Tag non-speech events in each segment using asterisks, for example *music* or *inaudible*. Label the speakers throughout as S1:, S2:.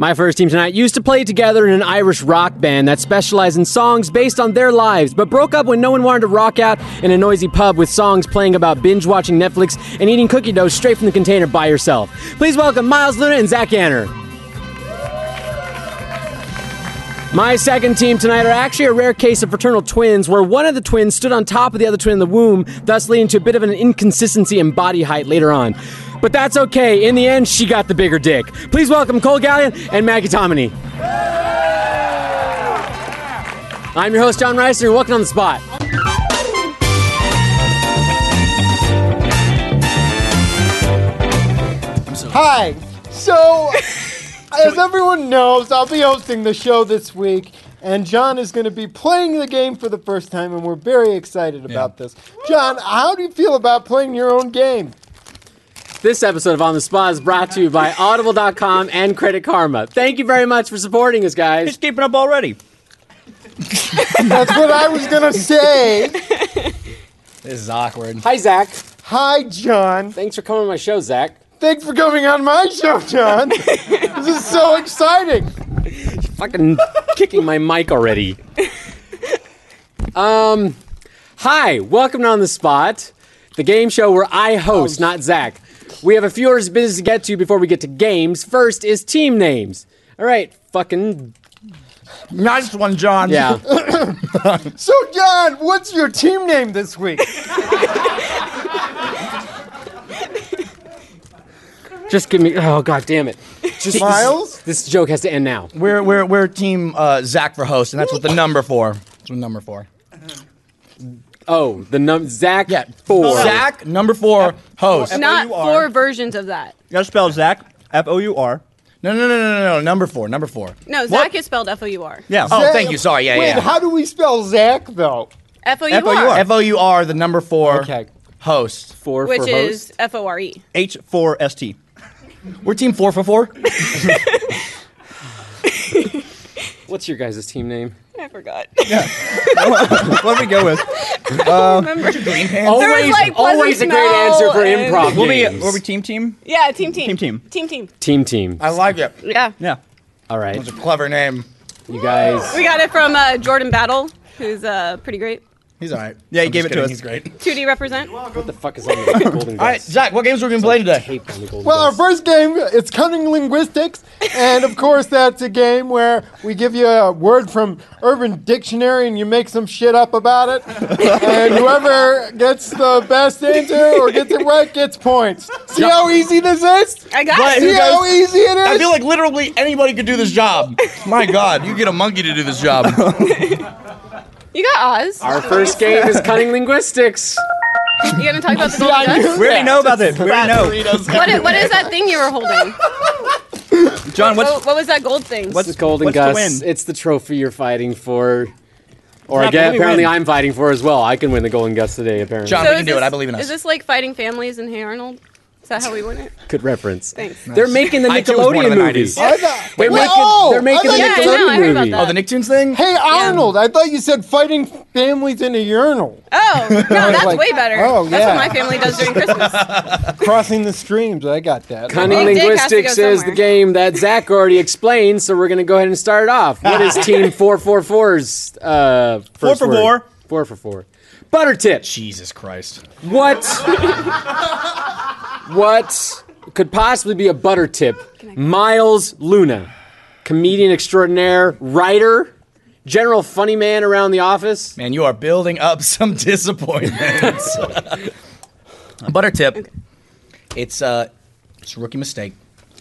S1: My first team tonight used to play together in an Irish rock band that specialized in songs based on their lives, but broke up when no one wanted to rock out in a noisy pub with songs playing about binge watching Netflix and eating cookie dough straight from the container by yourself. Please welcome Miles Luna and Zach Anner. My second team tonight are actually a rare case of fraternal twins where one of the twins stood on top of the other twin in the womb, thus leading to a bit of an inconsistency in body height later on. But that's okay. In the end, she got the bigger dick. Please welcome Cole Gallion and Maggie Tomini. I'm your host, John Reiser, and welcome on the spot.
S2: Hi.
S3: *laughs*
S2: So, as everyone knows, I'll be hosting the show this week, and John is going to be playing the game for the first time, and we're very excited about this. John, how do you feel about playing your own game?
S1: This episode of On the Spot is brought to you by Audible.com and Credit Karma. Thank you very much for supporting us, guys.
S4: He's keeping up already.
S2: That's what I was going to say.
S4: This is awkward.
S1: Hi, Zach.
S2: Hi, John.
S1: Thanks for coming to my show, Zach.
S2: Thanks for coming on my show, John. this is so exciting.
S1: fucking kicking my mic already. Um, hi, welcome to On the Spot, the game show where I host, not Zach. We have a few hours of business to get to before we get to games. First is team names. All right, fucking
S3: Nice one, John.
S1: yeah.
S2: So, John, what's your team name this week?
S1: Just give me. Oh god damn it. Just
S2: Miles?
S1: This, this joke has to end now.
S3: We're we're we're team uh, Zach for host, and that's what the number for. That's what number four.
S1: Oh, the num Zach
S3: Yeah,
S1: four.
S3: Zach number four host. No,
S5: Not
S4: F-O-U-R.
S5: four versions of that.
S4: You gotta spell Zach. F O U R.
S3: no, no, no, no, no. Number four. Number four.
S5: No, Zach is spelled F O U R.
S4: Yeah.
S3: Oh, thank you. Sorry. Yeah,
S2: Wait,
S3: yeah.
S2: how do we spell Zach, though?
S5: F O U
S4: F-O-U-R.
S5: R.
S3: F O U R. The number four
S1: Okay.
S3: host.
S1: Four
S5: Which
S1: for
S5: is
S1: host.
S5: F O R E.
S4: H four S T.
S3: We're team four for
S4: *laughs*
S3: four.
S1: What's your guys' team name?
S5: I forgot.
S4: What do we go with?
S5: Remember?
S3: Oh,
S1: Always,
S5: like, Pleasant
S1: always a great
S5: Smell
S1: answer for
S5: and-
S1: improv.
S4: We'll be.
S1: games.
S4: We'll be team team.
S5: Yeah, team team.
S4: Team team.
S5: Team team.
S1: team team.
S3: I like it.
S5: Yeah.
S4: Yeah.
S1: All right,
S3: It's a clever name.
S1: you guys.
S5: We got it from uh, Jordan Battle, who's uh, pretty great.
S3: He's all right.
S4: Yeah, he gave
S3: just
S4: it to us.
S3: He's great.
S5: 2D represent.
S1: What the fuck is on the golden
S3: All right, Zach. What games are we gonna play today?
S1: Tape on the golden
S2: Well, our
S1: Globes.
S2: first game it's cunning linguistics, and of course that's a game where we give you a word from Urban Dictionary and you make some shit up about it, and whoever gets the best answer or gets it right gets points. See how easy this is?
S5: I got
S3: But-
S2: See
S5: it.
S2: how easy it is?
S3: I feel like literally anybody could do this job. My God, you get a monkey to do this *laughs* job.
S5: You got Oz.
S1: Our first game is cunning linguistics.
S5: You gonna talk about the golden dust?
S4: We already know about this. We already know.
S5: What is, what is that thing you were holding?
S4: John,
S5: What,
S4: what's
S5: what was that gold thing?
S1: What's the golden
S4: what's the
S1: gus?
S4: win?
S1: It's the trophy you're fighting for. Or
S4: Not
S1: I guess
S4: really
S1: apparently
S4: win.
S1: I'm fighting for as well. I can win the golden gus today. Apparently,
S3: John, we can
S5: is
S3: do it.
S5: this-
S3: I believe in us.
S5: Is this like fighting families in Hey Arnold? Is that how we win it?
S1: good reference.
S5: Thanks.
S1: They're making the
S3: I too was born in
S1: Nickelodeon
S3: the
S1: movies.
S3: 90s.
S2: I thought-
S1: They're
S2: Well,
S1: making,
S2: oh,
S1: they're making
S2: I
S1: the
S2: thought
S5: Yeah,
S2: you
S5: I know,
S1: Nickelodeon
S5: I heard about
S1: movie.
S5: that.
S3: Oh, the Nicktoons thing?
S2: Hey Arnold, I thought you said fighting families in a urinal,
S5: Oh, no, that's
S2: like,
S5: way better.
S2: oh,
S5: That's
S2: yeah.
S5: what my family does during Christmas.
S2: crossing the streams. I got that.
S1: Cunning
S5: Big dick has to go
S1: linguistics is the
S5: somewhere.
S1: game that Zach already explained, so we're going to go ahead and start it off. What is Team 444's uh, first
S4: for
S1: word?
S4: four.
S1: Four for four. Butter tip.
S3: Jesus Christ.
S1: What? what could possibly be a butter tip? Miles Luna, comedian extraordinaire, writer, general funny man around the office.
S3: Man, you are building up *laughs* some disappointments. *laughs* Butter tip. It's uh, it's a rookie mistake.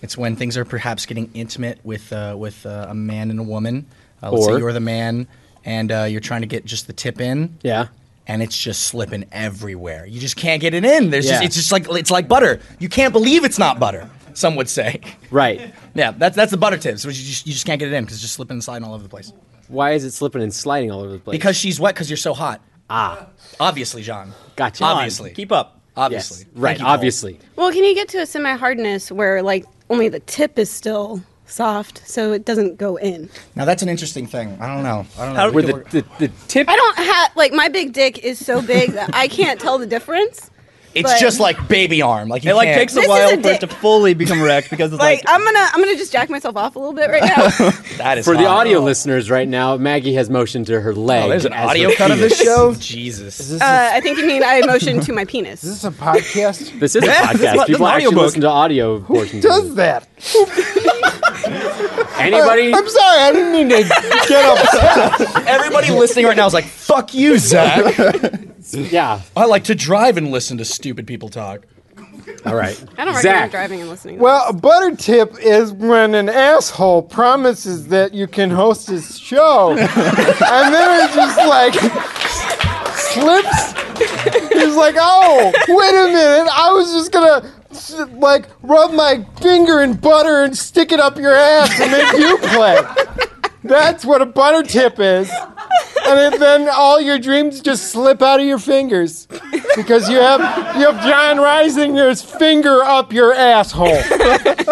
S3: It's when things are perhaps getting intimate with uh, with uh, a man and a woman. Uh, let's
S1: Or-
S3: say you're the man and uh, you're trying to get just the tip in.
S1: Yeah.
S3: And it's just slipping everywhere. You just can't get it in. There's just,
S1: Yeah.
S3: it's just like it's like butter. You can't believe it's not butter. Some would say. *laughs*
S1: Right.
S3: Yeah, that's that's the butter tips. Which you just you just can't get it in because it's just slipping and sliding all over the place.
S1: Why is it slipping and sliding all over the place?
S3: Because she's wet because you're so hot. Ah. Obviously, John.
S1: Gotcha.
S3: Obviously.
S4: Keep up.
S1: Yes.
S3: Obviously.
S1: Right.
S3: Thank you, Cole.
S1: obviously.
S5: Well, can you get to a semi hardness where like only the tip is still soft, so it doesn't go in?
S3: Now that's an interesting thing. I don't know. I don't know.
S4: How-
S1: Where the, the, the tip.
S5: I don't have like my big dick is so big that I can't tell the difference.
S3: It's
S5: But-
S3: just like baby arm. Like you
S4: It like
S3: can't-
S4: takes a
S5: This is
S4: while
S5: a
S4: for it
S5: dick.
S4: to fully become erect because it's
S5: Like
S4: like,
S5: I'm gonna I'm gonna just jack myself off a little bit right now.
S3: *laughs* that is
S1: For the
S3: hot.
S1: audio listeners right now, Maggie has motioned to her leg.
S3: Oh, there's an
S1: as her
S3: audio cut of
S1: penis.
S3: this show. Jesus.
S2: Is this,
S5: Uh, I think you mean I motioned to my penis.
S2: is this a podcast?
S1: This is a
S4: Yeah, this is
S1: podcast.
S4: an
S1: People actually
S4: audiobook.
S1: listen to audio portions. of
S2: Does
S1: it.
S2: that?
S1: Anybody?
S2: I'm sorry, I didn't mean to get up.
S3: Everybody listening right now is like, "Fuck you, Zach."
S1: yeah.
S3: I like to drive and listen to stupid people talk.
S1: All right.
S5: I don't
S1: Zach,
S5: recommend driving and listening. to
S2: Well, a butter tip is when an asshole promises that you can host his show, and then it just like slips. He's like, "Oh, wait a minute! I was just gonna." s- Like rub my finger in butter and stick it up your ass and make you play. That's what a butter tip is. And it- then all your dreams just slip out of your fingers because you have you have John Reisinger's finger up your asshole.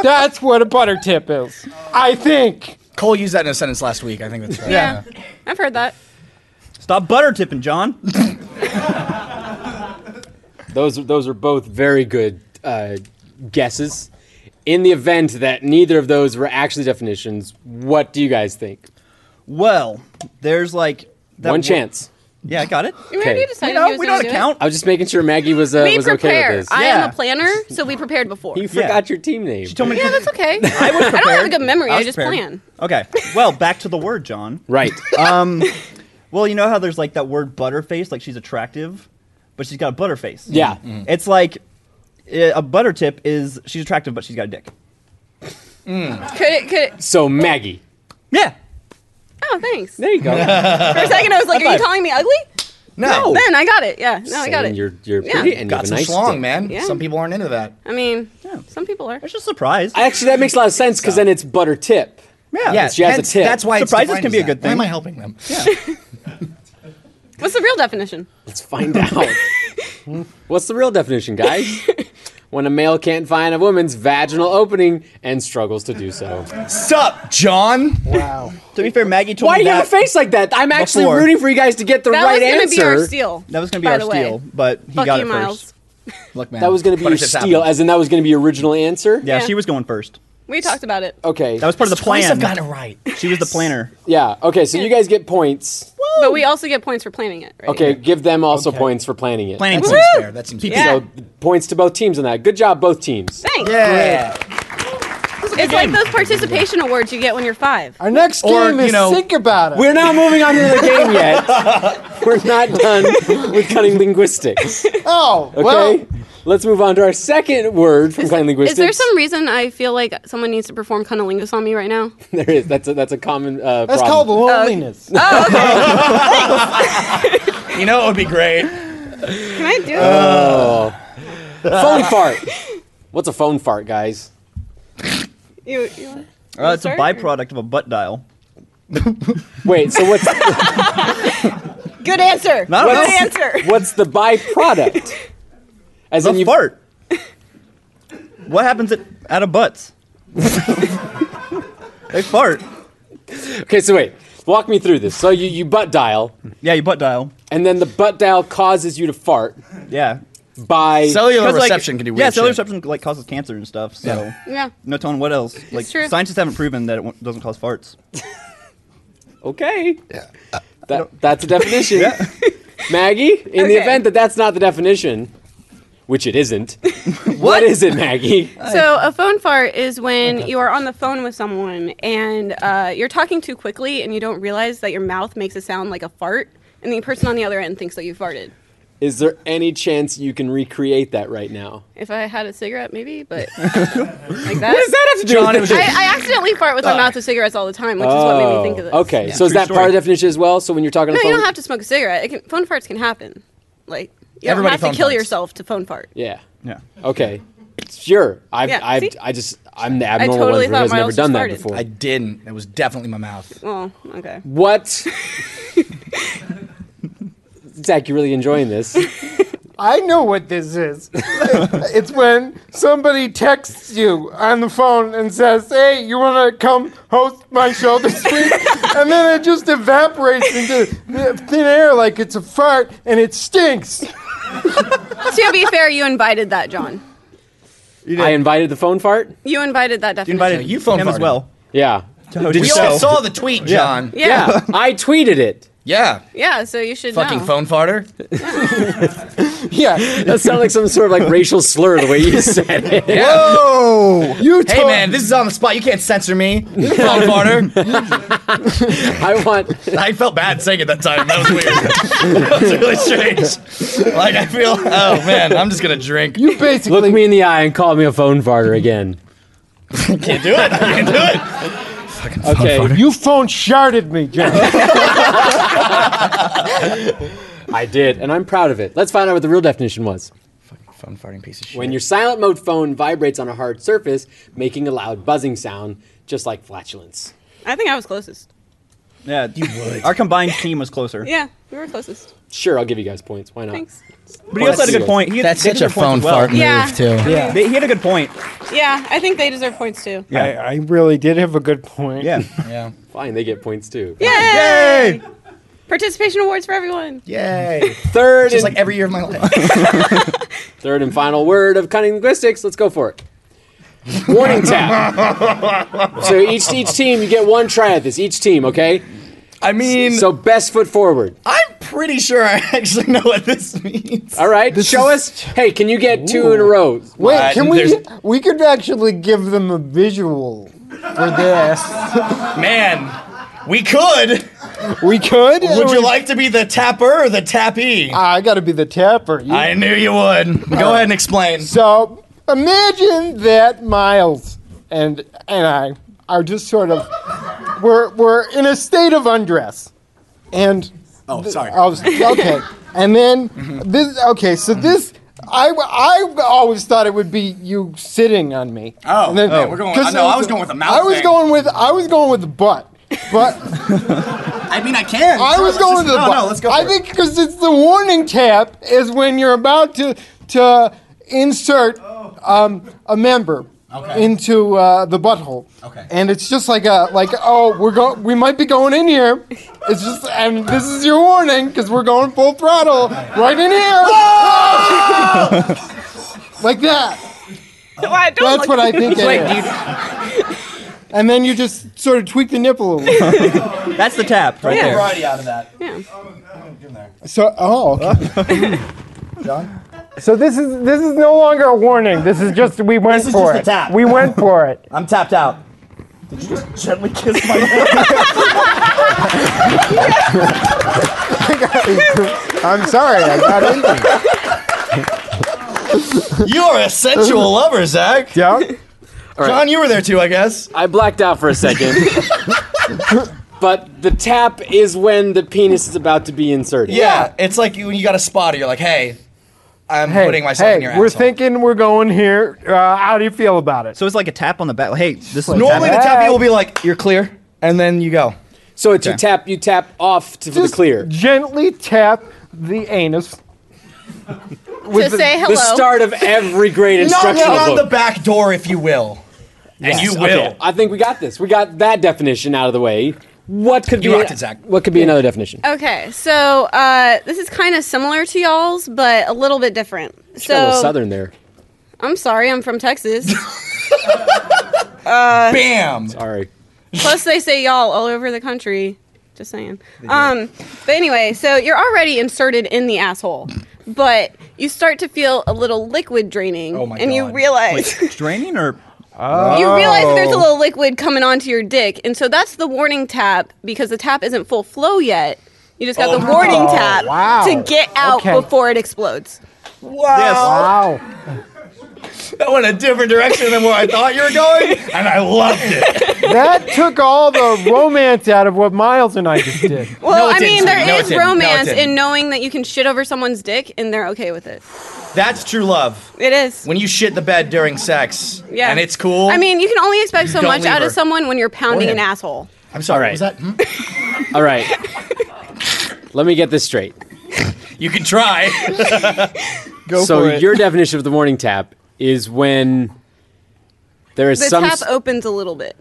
S2: That's what a butter tip is. I think.
S3: Cole used that in a sentence last week. I think that's
S1: *laughs*
S3: right.
S5: Yeah. I've heard that.
S4: stop butter tipping, John.
S1: those those are both very good uh, guesses. In the event that neither of those were actually definitions, what do you guys think?
S4: Well, there's like that
S1: One
S4: wo-
S1: chance.
S4: Yeah, I got it.
S5: We
S1: Okay.
S5: already
S4: You
S5: decided he
S4: know,
S5: was
S4: we
S5: gonna
S4: don't
S5: do it.
S4: account.
S1: I was just making sure Maggie was uh,
S5: We
S1: was okay
S5: prepare.
S1: with this.
S5: I am
S4: Yeah.
S5: a planner, so we prepared before.
S1: he
S5: Yeah,
S1: forgot your team name.
S4: She told me to
S5: that's okay. I,
S4: was
S5: don't have a
S4: prepared.
S5: good memory. I,
S4: was
S5: just
S4: prepared.
S5: plan.
S4: Okay. Well, back to the word, John.
S3: *laughs*
S1: Right.
S3: Uh,
S4: Well, you know how there's like that word butterface, like she's attractive, but she's got a butterface. Mm-hmm.
S1: Yeah.
S3: mm-hmm.
S4: It's like eh, a butter tip is she's attractive, but she's got a dick.
S5: Could it? Could it?
S1: So Maggie.
S4: Yeah.
S5: Oh, thanks.
S1: There you
S3: *laughs*
S1: go.
S5: For a second, I was like, "Are you calling me ugly?"
S1: No.
S5: Then I got it. Yeah. No, I got
S1: Saying
S5: it.
S1: You're you're
S5: Yeah.
S1: pretty and you
S3: Got
S1: have a
S3: some
S1: nice
S3: schlong,
S1: dick.
S3: man.
S5: Yeah.
S3: Some people aren't into that.
S5: I mean, some people are.
S4: I was just surprised.
S1: Actually, that makes a lot of sense because then it's butter tip.
S4: yeah.
S3: Yeah,
S1: she has a
S3: hence-
S1: tip.
S3: That's why it's
S4: Surprises
S3: defined
S4: can be
S3: as
S4: a
S3: that.
S4: good
S3: Why am
S4: thing.
S3: I helping them?
S5: What's the real definition?
S1: Let's
S3: *laughs*
S1: find out. What's the real definition,
S5: *laughs*
S1: guys? when a male can't find a woman's vaginal opening and struggles to do so.
S3: Sup, John?
S2: Wow.
S4: To be fair, Maggie told
S1: Why
S4: me
S1: do you have a
S4: that.
S1: face like that? I'm actually
S4: Before.
S1: rooting for you guys to get the
S5: That
S1: right
S5: was gonna
S1: answer.
S5: be our steal.
S4: That was going to be
S5: by
S4: our
S5: the way.
S4: steal, but he
S5: Fuck
S4: got
S5: you,
S4: it first.
S5: Miles.
S3: Look, man.
S1: That was going to be your
S3: Buttertips
S1: steal,
S3: happen.
S1: as in that was going to be your original answer.
S4: Yeah,
S5: Yeah.
S4: she was going first.
S5: We talked about it.
S4: Oh.
S1: Okay.
S4: That was part of the
S3: Twice
S4: plan.
S3: I've got
S1: *laughs*
S3: it right.
S4: She was the planner.
S1: yeah. Okay. So you guys get points.
S5: But we also get points for planning it. Right?
S1: Okay. Give them also points for planning it.
S3: That
S4: Planning
S3: seems fair. That seems fair.
S5: Yeah.
S1: So points to both teams on that. Good job, both teams.
S5: Thanks.
S3: Yeah.
S5: It's like those participation awards you get when you're five.
S2: Our next game
S3: Or, you
S2: is
S3: know,
S2: think about it.
S1: We're not moving on to the game
S4: *laughs*
S1: yet. We're not done with cutting linguistics. Okay.
S2: oh, well,
S1: Let's move on to our second word from cutting
S5: Is
S1: linguistics.
S5: there some reason I feel like someone needs to perform cunnilingus on me right now?
S1: *laughs* There is. That's a, that's a common. Uh,
S2: that's called
S1: problem.
S2: loneliness.
S3: You know, it would be great.
S5: Can I do it?
S4: Uh,
S1: phone
S5: *laughs*
S1: fart. What's a phone fart, guys?
S5: you, you,
S4: Uh, it's a
S5: Sorry.
S4: byproduct of a butt dial.
S1: Wait. So what's
S5: good answer.
S4: No,
S5: good
S4: no.
S1: *laughs*
S5: answer.
S1: what's the
S5: *laughs*
S1: byproduct? As
S4: A
S1: in you
S4: fart. *laughs* what happens at, out
S3: *laughs*
S4: of butts? they fart.
S1: Okay, so wait. Walk me through this. So you, you butt dial,
S4: Yeah, you butt dial.
S1: and then the butt dial causes you to fart
S4: Yeah.
S1: by.
S3: Cellular
S4: 'Cause, like,
S3: reception can do weird
S4: Yeah, cellular
S3: shit.
S4: reception like causes cancer and stuff. So
S5: Yeah.
S4: no telling what else. Like
S5: true.
S4: scientists haven't proven that it w- doesn't cause farts.
S1: okay. That, that's a definition. *laughs* Maggie, in the
S5: Okay.
S1: event that that's not the definition, which it
S4: *laughs*
S1: isn't, what is it, Maggie?
S5: So a phone fart is when you are on the phone with someone and uh, you're talking too quickly and you don't realize that your mouth makes a sound like a fart, and the person on the other end thinks that you farted.
S1: Is there any chance you can recreate that right now?
S5: If I had a cigarette,
S1: *laughs*
S5: maybe, but like
S1: Does
S5: that.
S1: that have to do
S3: John,
S1: with
S3: it was
S1: it?
S3: just-
S5: I, I accidentally fart with my mouth with cigarettes all the time, which is what made me think of this.
S1: Oh, Okay,
S5: Yeah.
S1: so is
S4: True
S1: that part
S4: story.
S1: of the definition as well? So when you're talking
S5: No,
S1: to
S5: you
S1: phone,
S5: don't have to smoke a cigarette. It can, phone farts can happen. Like you
S3: Everybody
S5: don't have
S3: phone
S5: to kill
S3: farts.
S5: yourself to phone fart.
S1: yeah,
S4: Yeah.
S1: okay, sure. I,
S5: Yeah,
S1: I,
S5: see?
S1: I just I'm the abnormal
S5: totally
S1: one who has
S5: thought
S1: never
S5: Miles
S1: done
S5: just
S1: that
S5: farted.
S1: before.
S3: I didn't. It was definitely my mouth.
S5: Well, okay.
S1: What? Zach, you're really enjoying this.
S2: I know what this
S3: *laughs*
S2: is. it's when somebody texts you on the phone and says, "Hey, you want to come host my show this
S3: *laughs*
S2: week?" and then it just evaporates into thin air like it's a fart, and it stinks.
S5: to be fair, you invited that, John.
S1: I invited the phone fart.
S5: You invited that definition.
S4: invited
S3: you phone
S4: him as
S3: farted.
S4: well.
S1: Yeah.
S4: Did
S3: we all saw the tweet, John. Yeah.
S5: Yeah. yeah.
S1: I tweeted it.
S5: so you should
S3: Fucking
S5: know.
S3: phone farter.
S2: Yeah.
S1: *laughs* That sounded like some sort of like racial slur the way you *laughs* said it.
S3: Whoa!
S2: You told
S3: Hey man, this is on the spot. You can't censor me. Phone *laughs* farter.
S1: I want.
S3: I felt bad saying it that time. That was weird. *laughs* that was really strange. Like I feel. Oh man, I'm just gonna drink.
S2: You basically
S1: Look me in the eye and call me a phone farter again.
S3: can't do it. I can't do it.
S1: Okay.
S2: you phone sharded me, John.
S1: I did, and I'm proud of it. Let's find out what the real definition was.
S3: Phone farting piece of shit.
S1: When your silent mode phone vibrates on a hard surface, making a loud buzzing sound, just like flatulence.
S5: I think I was closest.
S4: Yeah, you would. Our combined team was closer.
S5: Yeah, we were closest.
S1: Sure, I'll give you guys points. Why not?
S5: Thanks.
S4: But he also had a good point. He had,
S3: That's
S4: they had
S3: such a
S4: good points
S3: phone
S4: as well.
S3: fart
S5: Yeah.
S3: move too.
S4: Yeah, they, he had a good point.
S5: Yeah, I think they deserve points too.
S2: I,
S4: Yeah,
S2: I really did have a good point.
S4: yeah.
S3: Yeah.
S1: Fine, they get points too.
S5: Yay! Participation awards for everyone.
S3: Yay!
S1: Third, and,
S3: Just like every year of my life.
S1: third and final word of cunning linguistics. Let's go for it. Warning tap. so each each team, you get one try at this. Each team, okay?
S3: *laughs* I mean,
S1: So best foot forward.
S3: I'm pretty sure I actually know what this means.
S1: All right, show
S2: is-
S1: us. Hey, can you get two in a row?
S2: Wait,
S3: Uh,
S2: can we?
S3: there's-
S2: We could actually give them a visual for
S3: *laughs*
S2: this.
S3: Man, we could.
S2: We could.
S3: Would you like to be the tapper or the tappy?
S2: I got to be the tapper. You-
S3: I knew you would. Go ahead and explain.
S2: So imagine that Miles and and I are just sort of we're we're in a state of undress, and
S3: Oh, sorry. Mm-hmm.
S2: I was
S3: *laughs*
S2: okay, and then this okay. So this. I, I always thought it would be you sitting on me.
S3: Oh,
S2: And then-
S3: oh, we're going-
S2: 'cause
S3: no, I was going with the mouth
S2: I was
S3: thing.
S2: going with I was going with the butt,
S3: *laughs*
S2: but
S3: I mean, I can.
S2: I was going to the
S3: no,
S2: bu-
S3: no, let's go.
S2: I
S3: for it.
S2: think because it's the warning tap is when you're about to to insert um, a member
S3: Oh. Okay.
S2: into uh, the butthole.
S3: Okay.
S2: And it's just like a like oh we're going we might be going in here. It's just and this is your warning because we're going full throttle right in here. like that.
S5: Why don't
S2: That's what I think. it is.
S4: Dude,
S2: And then you just sort of tweak the nipple a little.
S4: that's the tap right
S5: Yeah.
S4: there.
S3: Variety out of that.
S5: Yeah.
S2: So, oh, okay. John. So this is this is no longer a warning. This is just we went
S3: This is
S2: for
S3: just a
S2: it.
S3: tap.
S2: We went for it.
S3: I'm tapped out.
S4: Gently kiss
S2: *laughs*
S4: my.
S2: I'm sorry, I got into
S3: You are a sensual lover, Zach.
S2: Yeah.
S3: John, you were there too, I guess.
S1: I blacked out for a second. but the tap is when the penis is about to be inserted.
S3: Yeah, it's like you, when you got a spotter, you're like, hey, I'm
S2: Hey,
S3: putting myself
S2: hey,
S3: in your
S2: we're
S3: asshole.
S2: thinking we're going here. Uh, how do you feel about it?
S4: So it's like a tap on the back. Hey, this is
S3: Normally, the
S2: Hey.
S3: tappy will be like, you're clear, and then you go.
S1: So it's you tap you tap off to for the
S2: Just
S1: clear.
S2: Gently tap the anus.
S5: To say hello.
S1: The start of every great
S3: Knocking
S1: instructional
S3: on the
S1: book.
S3: back door, if you will. And you will.
S1: Okay, I think we got this. We got that definition out of the way. What could
S3: You
S1: be
S3: rocked it, Zach.
S1: what could be another definition?
S5: Okay, so uh, this is kind of similar to y'all's, but a little bit different.
S1: Got a little
S5: So
S1: southern there.
S5: I'm sorry, I'm from Texas.
S3: Bam!
S1: Sorry.
S5: Plus, they say y'all all over the country. Just saying. Um, but anyway, so you're already inserted in the asshole, but you start to feel a little liquid draining,
S3: Oh my
S5: and you
S3: God.
S5: realize
S4: draining or
S5: you realize that there's a little liquid coming onto your dick, and so that's the warning tap because the tap isn't full flow yet. You just got
S3: Oh.
S5: the warning tap
S2: wow.
S5: to get out
S2: Okay.
S5: before it explodes.
S3: Wow!
S2: Wow.
S3: That went a different direction than where I thought you were going, and I loved it.
S2: That took all the romance out of what Miles and I just did.
S4: *laughs*
S5: Well,
S3: it
S5: I
S3: didn't,
S5: mean, there
S3: sweetie.
S5: is
S3: No, it didn't. No, it
S5: romance
S3: didn't.
S5: in knowing that you can shit over someone's dick and they're okay with it.
S3: *laughs* That's true love.
S5: It is.
S3: When you shit the bed during sex,
S5: Yeah.
S3: and it's cool.
S5: I mean, you can only expect so
S3: Don't
S5: much
S3: leave
S5: out
S3: her.
S5: of someone when you're pounding an
S3: him.
S5: asshole.
S3: I'm sorry.
S1: All right.
S3: Was that? hmm?
S1: All right. Let me get this straight.
S3: *laughs* You can try.
S2: Go
S1: so your definition of the morning tap is when there is
S5: The
S1: some
S5: tap
S1: s-
S5: opens a little bit.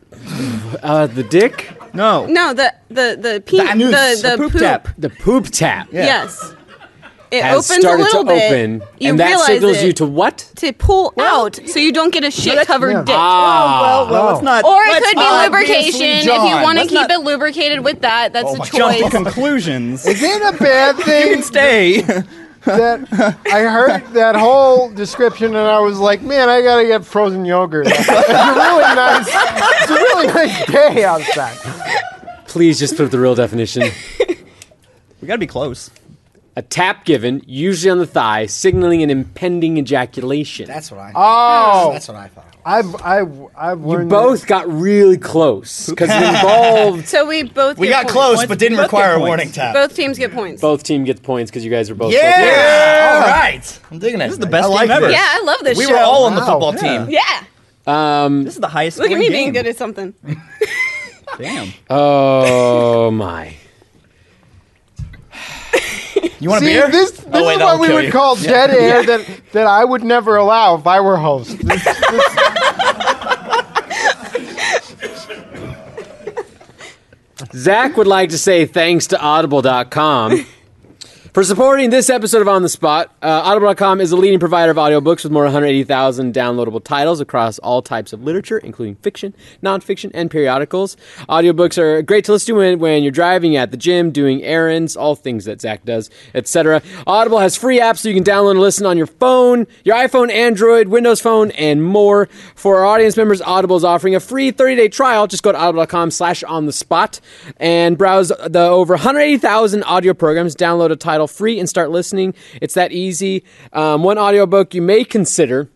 S1: uh, the dick,
S4: no.
S5: No, the the the peen,
S3: anus,
S5: the,
S3: the
S5: the
S4: poop tap.
S1: the poop tap.
S5: Yes. It
S1: has
S5: opens a
S1: started
S5: little
S1: to
S5: bit.
S1: open,
S5: You
S1: and that
S5: realize
S1: signals
S5: it.
S1: you to what?
S5: to pull out so you don't get a shit covered
S2: yeah.
S5: dick.
S1: Ah,
S4: well, well,
S2: Oh.
S4: let's not.
S5: or it
S4: let's
S5: could be
S4: obviously,
S5: lubrication if you
S4: John,
S5: want to
S4: let's
S5: keep
S4: not
S5: it lubricated with that. That's a
S4: Jump to
S5: choice.
S4: conclusions.
S2: Is
S4: *laughs*
S2: it a bad thing?
S4: you can stay.
S2: that I heard that whole description and I was like, man, I gotta get frozen yogurt. *laughs* It's a really nice, it's a really nice day outside.
S1: Please just put up the real
S5: *laughs*
S1: definition.
S4: *laughs* we gotta be close.
S1: A tap given, usually on the thigh, signaling an impending ejaculation.
S3: That's what I.
S2: Oh.
S3: that's what I thought.
S2: I've I've I've
S1: you
S2: learned
S1: both got really close because it involved.
S5: so we both
S3: We
S5: get
S3: got
S5: points.
S3: close, but didn't
S4: Both get
S3: require a
S4: points.
S3: warning tap.
S5: Both teams get points.
S1: Both team gets points because you guys are both.
S3: Yeah!
S1: so close.
S3: All right. I'm digging it. This is the
S4: best game ever.
S5: Yeah, I love this
S3: We
S5: show.
S3: were all on the
S2: Wow.
S3: football
S4: Yeah.
S3: team.
S5: Yeah.
S4: This is the highest.
S5: Look at
S4: scoring
S5: me
S4: game.
S5: being good at something.
S4: Damn.
S1: Oh my!
S3: You want a
S2: See,
S3: beer?
S2: this, this
S3: Oh, wait,
S2: is
S3: that
S2: what
S3: will
S2: we
S3: kill
S2: would
S3: you.
S2: call dead air that, that I would never allow if I were host. This- this-
S1: Zach would like to say thanks to Audible.com. For supporting this episode of On the Spot, uh, Audible.com is a leading provider of audiobooks with more than 180,000 downloadable titles across all types of literature, including fiction, nonfiction, and periodicals. Audiobooks are great to listen to when, when you're driving at the gym, doing errands, all things that Zach does, etc. Audible has free apps so you can download and listen on your phone, your iPhone, Android, Windows Phone, and more. For our audience members, Audible is offering a free 30-day trial. Just go to audible.com slash on the spot and browse the over 180,000 audio programs. Download a title free and start listening. It's that easy. Um, one audiobook you may consider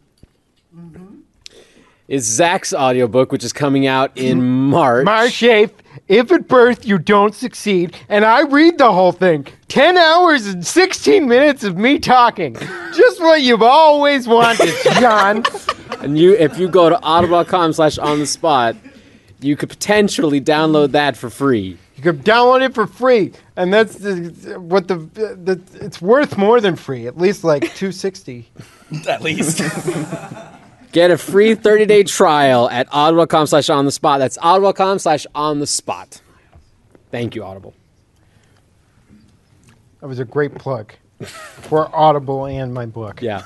S1: is Zach's audiobook, which is coming out in March.
S2: My shape, if at birth you don't succeed, and I read the whole thing, 10 hours and 16 minutes of me talking. Just what you've always wanted, John.
S1: And you, if you go to audible.com slash on the spot, you could potentially download that for free.
S2: You can download it for free, and that's the, what the, the it's worth more than free. At least like two sixty.
S3: *laughs* At least.
S1: Get a free 30 day trial at audible.com slash on the spot. That's audible.com slash on the spot. Thank you, Audible.
S2: That was a great plug for Audible and my book.
S1: Yeah.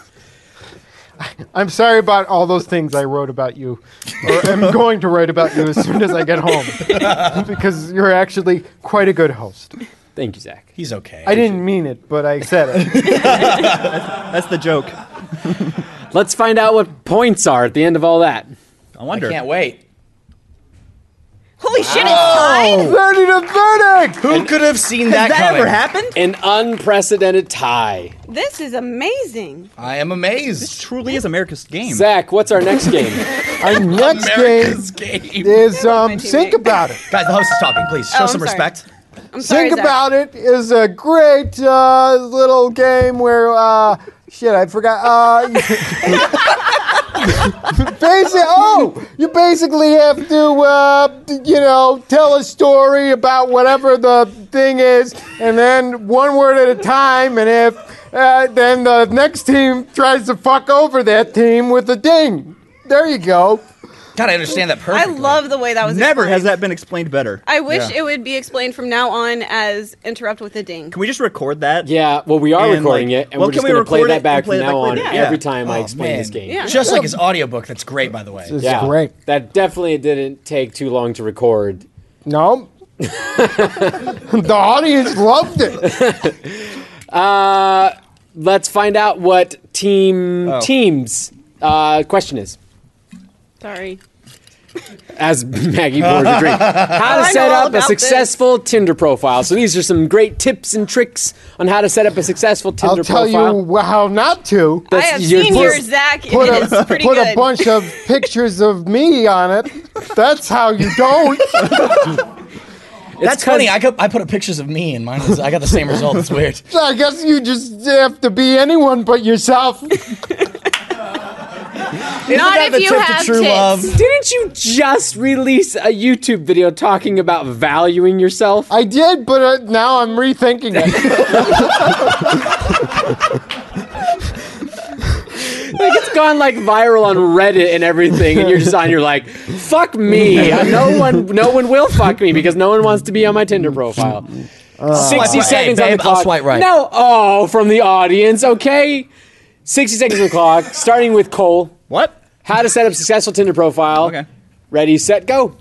S2: I'm sorry about all those things I wrote about you, or am going to write about you as soon as I get home, because you're actually quite a good host.
S1: Thank you, Zach.
S3: He's okay.
S2: I didn't mean it, but I said it.
S4: That's the joke.
S1: Let's find out what points are at the end of all that.
S4: I
S3: I
S4: wonder.
S3: can't wait.
S5: Holy shit, it's tied.
S2: *laughs* Thirty to thirty.
S3: Who could have seen that,
S4: Has that
S3: coming?
S4: ever happened?
S1: An unprecedented tie.
S5: This is amazing.
S3: I am amazed.
S4: Truly is America's game.
S1: Zach, what's our next
S4: *laughs*
S1: game?
S2: Our next
S3: *laughs* America's game.
S2: game is
S5: my
S2: um,
S5: teammate.
S2: think about it.
S3: Guys, the host is talking. Please show
S5: I'm
S3: some
S5: sorry.
S3: respect.
S5: I'm sorry.
S2: Think
S5: Zach.
S2: about it is a great uh, little game where uh, shit I forgot. Uh, *laughs* basic. Oh, you basically have to uh, you know tell a story about whatever the thing is, and then one word at a time, and if. Uh, then the next team tries to fuck over that team with a ding. There you go.
S3: God, I understand that
S5: I
S3: perfectly.
S5: love the way that was
S4: Never has
S5: explained.
S4: that been explained better.
S5: I wish
S3: Yeah.
S5: it would be explained from now on as interrupt with a ding.
S4: Can we just record that?
S1: Yeah, well, we are
S4: And,
S1: recording
S4: like,
S1: it, and
S4: well,
S1: we're just
S4: can we
S1: going to play
S4: record it
S1: that
S4: and
S1: back
S4: play
S1: from
S4: it back
S1: now on
S4: later? Yeah.
S1: every time I
S3: Oh,
S1: explain
S3: man.
S1: this game.
S5: Yeah.
S3: Just like his audiobook. That's great, by the way.
S2: It's
S1: Yeah.
S2: great.
S1: That definitely didn't take too long to record.
S2: No. *laughs* the audience loved it.
S1: Let's find out what team
S4: Oh.
S1: teams uh, question is.
S5: Sorry.
S1: As *laughs* Maggie pours her
S2: *laughs*
S1: drink, how to
S5: I
S1: set
S5: know all
S1: up a
S5: about
S1: successful Tinder profile. So these are some great tips and tricks on how to set up a successful
S2: I'll
S1: Tinder
S2: tell
S1: profile.
S2: you how not to.
S5: I
S1: That's
S5: have
S1: your
S5: seen
S1: put-
S5: your Zach, and
S2: Put,
S5: it is
S2: a,
S5: pretty
S2: put
S5: good.
S2: a bunch
S5: *laughs*
S2: of pictures of me on it. That's how you don't.
S3: That's funny. I, got, I put up pictures of me, and mine was, I got the same result. It's weird.
S2: I guess you just have to be anyone but yourself.
S5: Not
S3: that
S5: if
S3: the
S5: you
S3: tip to
S5: have
S3: true
S5: tits.
S3: love?
S1: Didn't you just release a YouTube video talking about valuing yourself?
S2: I did, but uh, now I'm rethinking
S1: *laughs*
S2: it.
S1: Like it's gone like viral on Reddit and everything, and you're just on. You're like, fuck me. No one, no one will fuck me because no one wants to be on my Tinder profile. Sixty
S3: Swipe right.
S1: seconds
S3: Hey,
S1: on the
S3: babe, Uh, I'll
S1: clock.
S3: swipe right.
S1: No, oh, from the audience. Okay, sixty seconds on the clock. Starting with Cole.
S4: What?
S1: How to set up successful Tinder profile.
S4: Okay.
S1: Ready, set, go.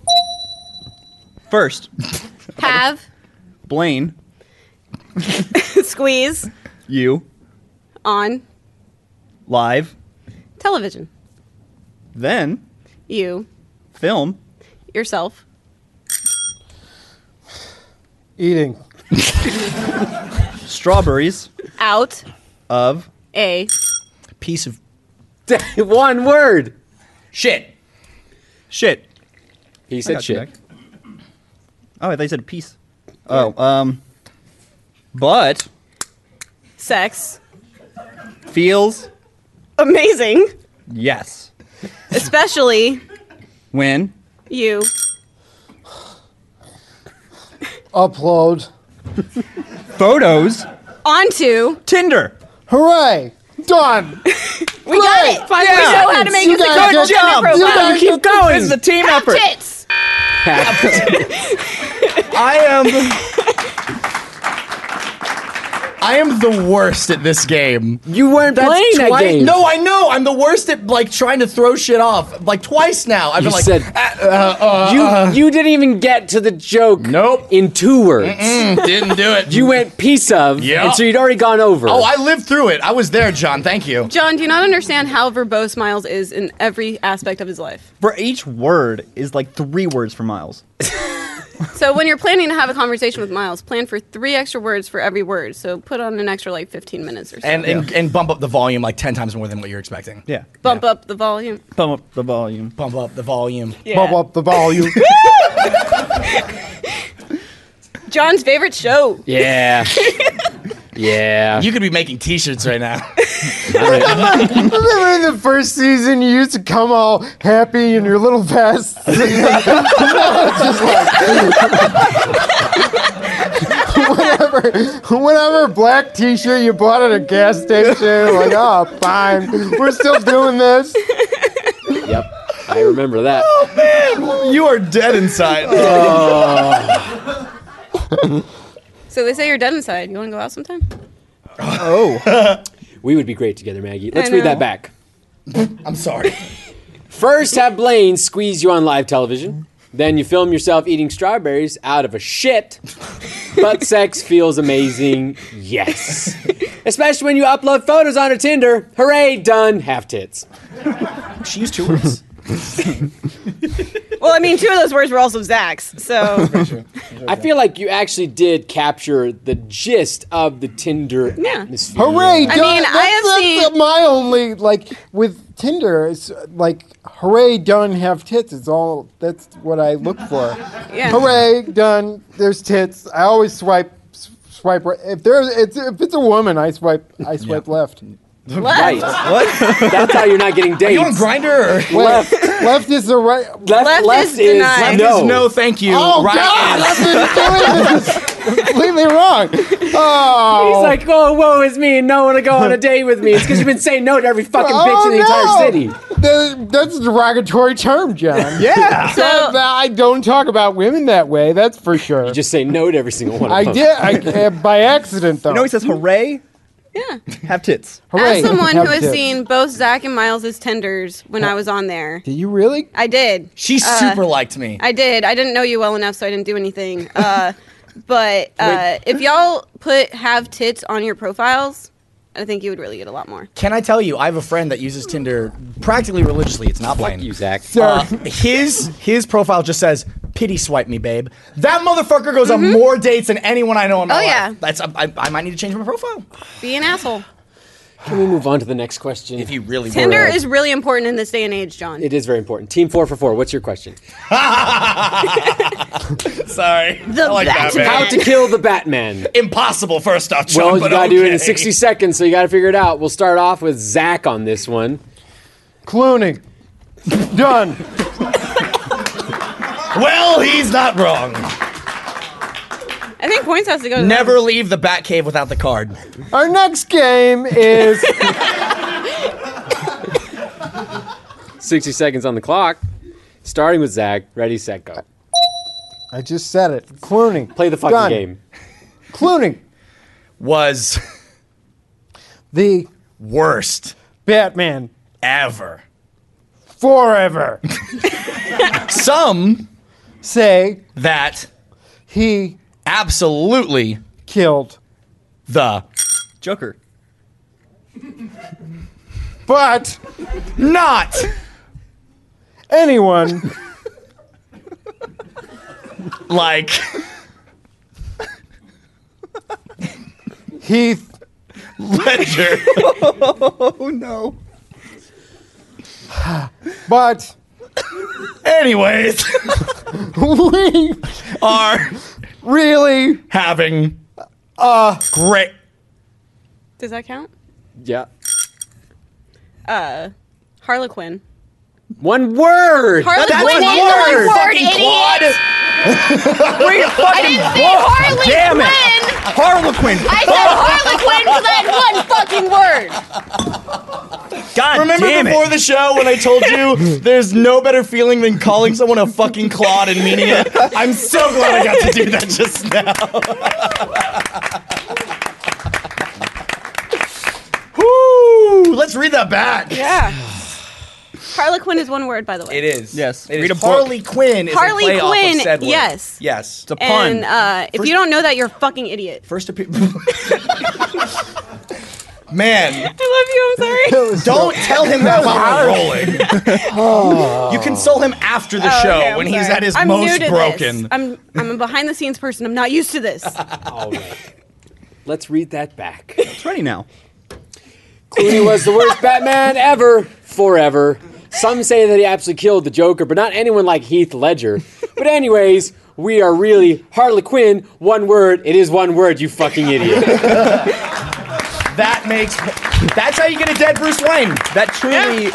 S4: First,
S5: Have,
S4: Blaine,
S5: *laughs* squeeze,
S4: you,
S5: on,
S4: live,
S5: television.
S4: then,
S5: You,
S4: film,
S5: yourself,
S2: Eating.
S4: strawberries,
S5: out,
S4: of,
S5: a,
S3: *laughs* Piece of
S1: One word.
S3: shit.
S4: shit.
S1: He
S4: I
S1: said
S4: got you
S1: shit.
S4: back. Oh, I thought you said peace. Oh, um, but
S5: sex.
S4: feels
S5: Amazing.
S4: yes
S5: Especially
S4: when
S5: you.
S2: Upload.
S4: photos
S5: Onto.
S4: Tinder.
S2: Hooray! Done.
S5: We got it. Finally, we know how to make
S2: You
S5: a
S2: guys did- you
S5: successful Tinder profile.
S2: guys
S1: Keep
S2: did-
S1: going.
S4: This is a team
S5: Have
S4: effort.
S5: tits.
S4: I am.
S3: I am the worst at this game.
S1: You weren't playing that
S3: twice-
S1: game.
S3: No, I know. I'm the worst at like trying to throw shit off. Like twice now. I've
S1: You
S3: been like,
S1: said-
S3: "Ah, uh, uh,
S1: you you didn't even get to the joke.
S3: Nope. *laughs*
S1: In two words,
S3: mm, didn't do it.
S1: you went piece of,
S3: Yeah.
S1: and so you'd already gone over.
S3: Oh, I lived through it. I was there, John. Thank you.
S5: John, do you not understand how verbose Miles is in every aspect of his life?
S4: For each word is like three words for miles.
S5: So when you're planning to have a conversation with Miles, plan for three extra words for every word. So put on an extra like 15 minutes or so.
S3: And, and and bump up the volume like ten times more than what you're expecting.
S4: Yeah.
S5: Bump up the volume.
S4: Bump up the *laughs* volume.
S3: Bump up the volume.
S5: Yeah.
S2: Bump up the volume.
S5: John's favorite show.
S3: *laughs*
S1: yeah. yeah.
S3: You could be making T-shirts right now. *laughs*
S2: Remember in the first season, you used to come all happy in your little vests. And just like, whatever, whatever black T-shirt you bought at a gas station, like, oh, fine, we're still doing this.
S1: yep. I remember that.
S3: you are dead inside.
S5: So they say you're dead inside. You want to go out sometime?
S1: We would be great together, Maggie. Let's
S5: I
S1: read
S5: know.
S1: that back.
S3: I'm sorry.
S1: First, have Blaine squeeze you on live television. Then you film yourself eating strawberries out of a shit.
S5: *laughs*
S1: But sex feels amazing. Yes. Especially when you upload photos onto Tinder. Hooray, done. Half tits.
S3: She used two words.
S5: Well, I mean, two of those words were also Zach's. So
S1: I feel like you actually did capture the gist of the Tinder
S5: Yeah.
S1: atmosphere.
S2: Hooray!
S5: I
S2: done.
S5: mean, I
S2: that's,
S5: have
S2: that's
S5: seen-
S2: my only like with Tinder. It's like, hooray, done, have tits. It's all that's what I look for.
S5: yeah.
S2: Hooray, done. There's tits. I always swipe s- swipe right. If there's it's if it's a woman, I swipe I swipe left.
S1: Right. What? That's how you're not getting dates.
S3: You on grinder? Or?
S2: Left left is the right.
S1: Left,
S5: Left
S1: left
S5: is
S1: is,
S5: denied. Left
S1: no.
S3: No, thank you.
S2: Oh
S3: right
S2: God!
S3: is-
S2: I've been doing this is completely wrong. Oh,
S1: He's like, oh, whoa, it's me, and no one to go on a date with me. It's because you've been saying no to every fucking bitch
S2: oh,
S1: in the entire city.
S2: no. That- that's a derogatory term, John.
S3: Yeah.
S5: So-
S2: That- that- I don't talk about women that way. That's for sure.
S1: Just say no to every single one. Of
S2: I
S1: them.
S2: did I, uh, by accident though.
S4: No, he says hooray,
S5: yeah.
S4: have tits.
S2: Hooray,
S5: As someone who
S2: have
S5: has
S2: tits.
S5: seen both Zach and Miles's tenders when I was on there,
S2: Did you really?
S5: I did.
S3: She super liked me.
S5: Uh, I did. I didn't know you well enough, so I didn't do anything. Uh, but uh, if y'all put have tits on your profiles, I think you would really get a lot more.
S3: Can I tell you? I have a friend that uses Tinder practically religiously. It's not Blaine.
S1: You, Zach.
S3: Uh, his his profile just says pity swipe me, babe. That motherfucker goes on more dates than anyone I know in my
S5: Mm-hmm. Oh,
S3: life.
S5: yeah.
S3: That's I, I, I might need to change my profile.
S5: Be an asshole.
S1: Can we move on to the next question?
S3: If you really
S5: Tinder
S3: were.
S5: is really important in this day and age, John.
S1: it is very important. Team four for four. What's your question?
S3: sorry.
S5: The
S3: I like that,
S5: Batman.
S3: man.
S1: How to kill the Batman.
S3: Impossible first off, John.
S1: Well, you
S3: but
S1: gotta do it in
S3: okay.
S1: 60 seconds, so you gotta figure it out. We'll start off with Zach on this one.
S2: Clooney. Done.
S3: Well, he's not wrong.
S5: I think points has to go. To
S3: Never leave the Batcave without the card.
S2: Our next game is
S1: 60 seconds on the clock. Starting with Zach. Ready, set, go.
S2: I just said it. Clooney.
S1: Play the fucking
S2: Done.
S1: game.
S2: Clooney,
S3: was *laughs*
S2: the
S3: worst
S2: Batman,
S3: ever.
S2: forever.
S3: Some
S2: Say
S3: that
S2: he
S3: absolutely
S2: killed,
S3: the
S4: Joker.
S2: but
S3: not
S2: anyone
S3: like
S2: Heath
S3: Ledger. *laughs*
S4: Oh no.
S2: But *laughs*
S3: Anyways,
S2: we
S3: are
S2: really
S3: having a great
S5: Does that count?
S1: Yeah.
S5: Harlequin.
S1: One word.
S5: Harlequin
S3: one
S5: is
S3: word.
S5: the one word,
S3: Fucking
S5: idiot.
S3: Wait,
S5: I
S3: fucking
S5: didn't say Harley
S3: Damn it.
S5: Quinn.
S3: Harlequin.
S5: I said Harlequin for that one fucking word.
S4: God
S3: Remember
S4: damn
S3: before
S4: it.
S3: the show when I told *laughs* you there's no better feeling than calling someone a fucking clod and meaning it? I'm so glad I got to do that just now. *laughs* Woo! Let's read that back.
S5: Yeah. Harlequin is one word, by the way.
S3: It is.
S4: Yes.
S3: It is.
S4: Read a book.
S3: Harley Quinn is
S5: Harley
S3: a play off of
S5: Quinn,
S3: said word.
S5: yes.
S3: Yes.
S4: It's a pun.
S5: And uh, if you don't know that, you're a fucking idiot.
S3: First appearance. *laughs* Man,
S5: *laughs* I love you. I'm sorry.
S3: don't tell him that while we're rolling. *laughs* you console him after the
S5: Oh,
S3: *laughs* show
S5: okay, I'm
S3: when he's
S5: sorry.
S3: at his
S5: I'm new
S3: most
S5: to
S3: broken.
S5: This. I'm I'm a behind the scenes person. I'm not used
S3: *laughs*
S5: to this.
S1: All right. Let's read that back.
S4: It's ready now.
S1: Clooney was the worst Batman ever, forever. Some say that he absolutely killed the Joker, but not anyone like Heath Ledger. But anyways, we are really Harley Quinn. One word. It is one word. You fucking idiot.
S3: That makes. That's how you get a dead Bruce Wayne.
S4: That truly